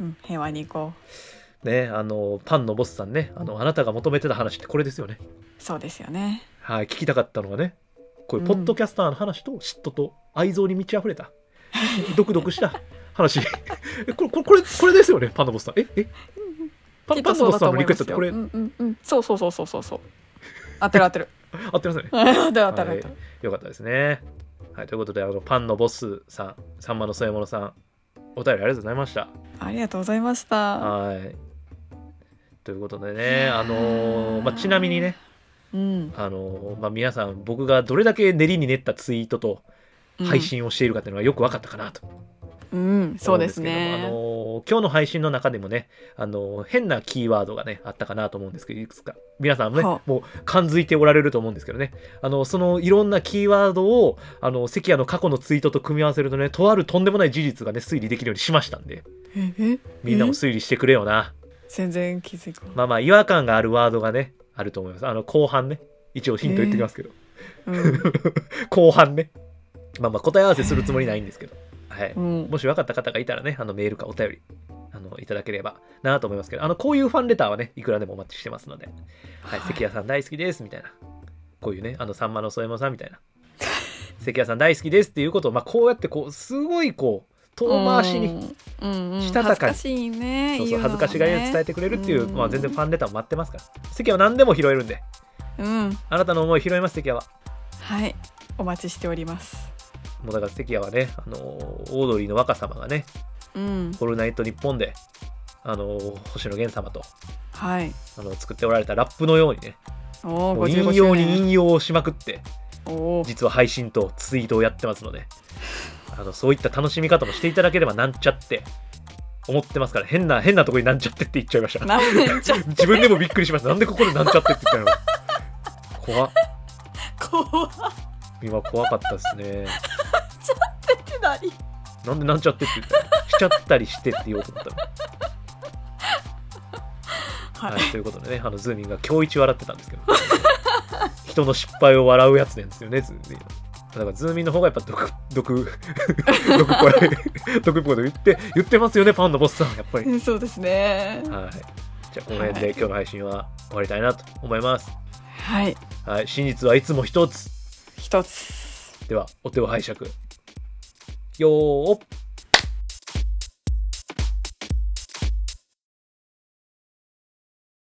Speaker 2: うん、平和に行こ
Speaker 1: ねあのパンのボスさんねあのあなたが求めてた話ってこれですよね
Speaker 2: うそうですよね
Speaker 1: はい、聞きたかったのはね、こういうポッドキャスターの話と嫉妬と愛憎に満ち溢れた、独々した話。えこれ、これ、これ、これですよね、パンダボスさん。え、えパ
Speaker 2: き
Speaker 1: ン
Speaker 2: っ
Speaker 1: パ
Speaker 2: とそ
Speaker 1: ンダボ
Speaker 2: う
Speaker 1: ス
Speaker 2: だと
Speaker 1: さんの
Speaker 2: 思
Speaker 1: リ
Speaker 2: い
Speaker 1: クエ
Speaker 2: ま
Speaker 1: スト
Speaker 2: す
Speaker 1: って
Speaker 2: よ
Speaker 1: これ
Speaker 2: う、んうんうんそうそうそうそうそうそう当てる当 てる
Speaker 1: 合ってますよね。
Speaker 2: 当 てる当てる当てる、
Speaker 1: よかったですね。はい、ということで、あの、パンのボスさん、さんまの添え物さん、お便りありがとうございました。
Speaker 2: ありがとうございました
Speaker 1: はい。ということでね、あのーまあ、ちなみにね、
Speaker 2: うん
Speaker 1: あのーまあ、皆さん、僕がどれだけ練りに練ったツイートと
Speaker 2: うん
Speaker 1: 配信をしているかというのがよく分かったかなと
Speaker 2: うんそうです
Speaker 1: あ
Speaker 2: ね
Speaker 1: の今日の配信の中でもね、あの変なキーワードがねあったかなと思うんですけどいくつか皆さんもね
Speaker 2: は
Speaker 1: もう感づいておられると思うんですけどねあのそのいろんなキーワードをあの関谷の過去のツイートと組み合わせるとねとあるとんでもない事実がね推理できるようにしましたんで
Speaker 2: ええ
Speaker 1: みんなも推理してくれよな
Speaker 2: 全然気づかない、
Speaker 1: まあまあ違和感があるワードがねあると思いますあの後半ね一応ヒント言ってきますけど、
Speaker 2: うん
Speaker 1: 後半ねまあまあ答え合わせするつもりないんですけどはい、
Speaker 2: うん、
Speaker 1: もし分かった方がいたらね、あのメールかお便りあのいただければなと思いますけど、あのこういうファンレターはね、いくらでもお待ちしてますので、はい、関谷さん大好きですみたいな、こういうね、あのさんまの添えもさんみたいな、 関谷さん大好きですっていうことを、まあ、こうやってこう、すごいこう、遠回しに、
Speaker 2: うんうんうん
Speaker 1: した
Speaker 2: 恥
Speaker 1: たかに
Speaker 2: ずかしいね
Speaker 1: そうそう恥ずかしがり屋に伝えてくれるっていう、
Speaker 2: うん
Speaker 1: まあ、全然ファンレターも待ってますから、関谷は何でも拾えるんで、
Speaker 2: うん
Speaker 1: あなたの思い拾います、関谷は。
Speaker 2: はいお待ちしております
Speaker 1: もうだから関谷はね、あのーオードリーの若様がね
Speaker 2: うん
Speaker 1: 「オールナイトニッポン」で、あのー星野源様と、
Speaker 2: はい
Speaker 1: あの作っておられたラップのようにね
Speaker 2: おお
Speaker 1: もう引
Speaker 2: 55周
Speaker 1: 用に
Speaker 2: 年
Speaker 1: 引用をしまくって
Speaker 2: おお
Speaker 1: 実は配信とツイートをやってますのであのそういった楽しみ方もしていただければなんちゃって思ってますから変な変なとこになんちゃってって言っちゃいました
Speaker 2: 何年ちゃ
Speaker 1: 自分でもびっくりしましたなんでここでなんちゃってって言ったの怖っ
Speaker 2: 怖っ
Speaker 1: 今怖かったですね
Speaker 2: てなり
Speaker 1: なんでなんちゃってって言ったのしちゃったりしてって言おうと思ったの
Speaker 2: は
Speaker 1: はいい、ということでね、あのズーミンが今日一笑ってたんですけど、 人の失敗を笑うやつなんですよね、ズーミンは。だからズーミンの方がやっぱ毒、毒、 毒っぽい、 毒っぽいこと言って、言ってますよね、パンのボスさん、やっぱり。はい。
Speaker 2: そうですね
Speaker 1: じゃあ、この辺で今日の配信は終わりたいなと思います。
Speaker 2: はい
Speaker 1: はい、真実はいつも一つ。
Speaker 2: 一つ
Speaker 1: では、お手を拝借。よーっ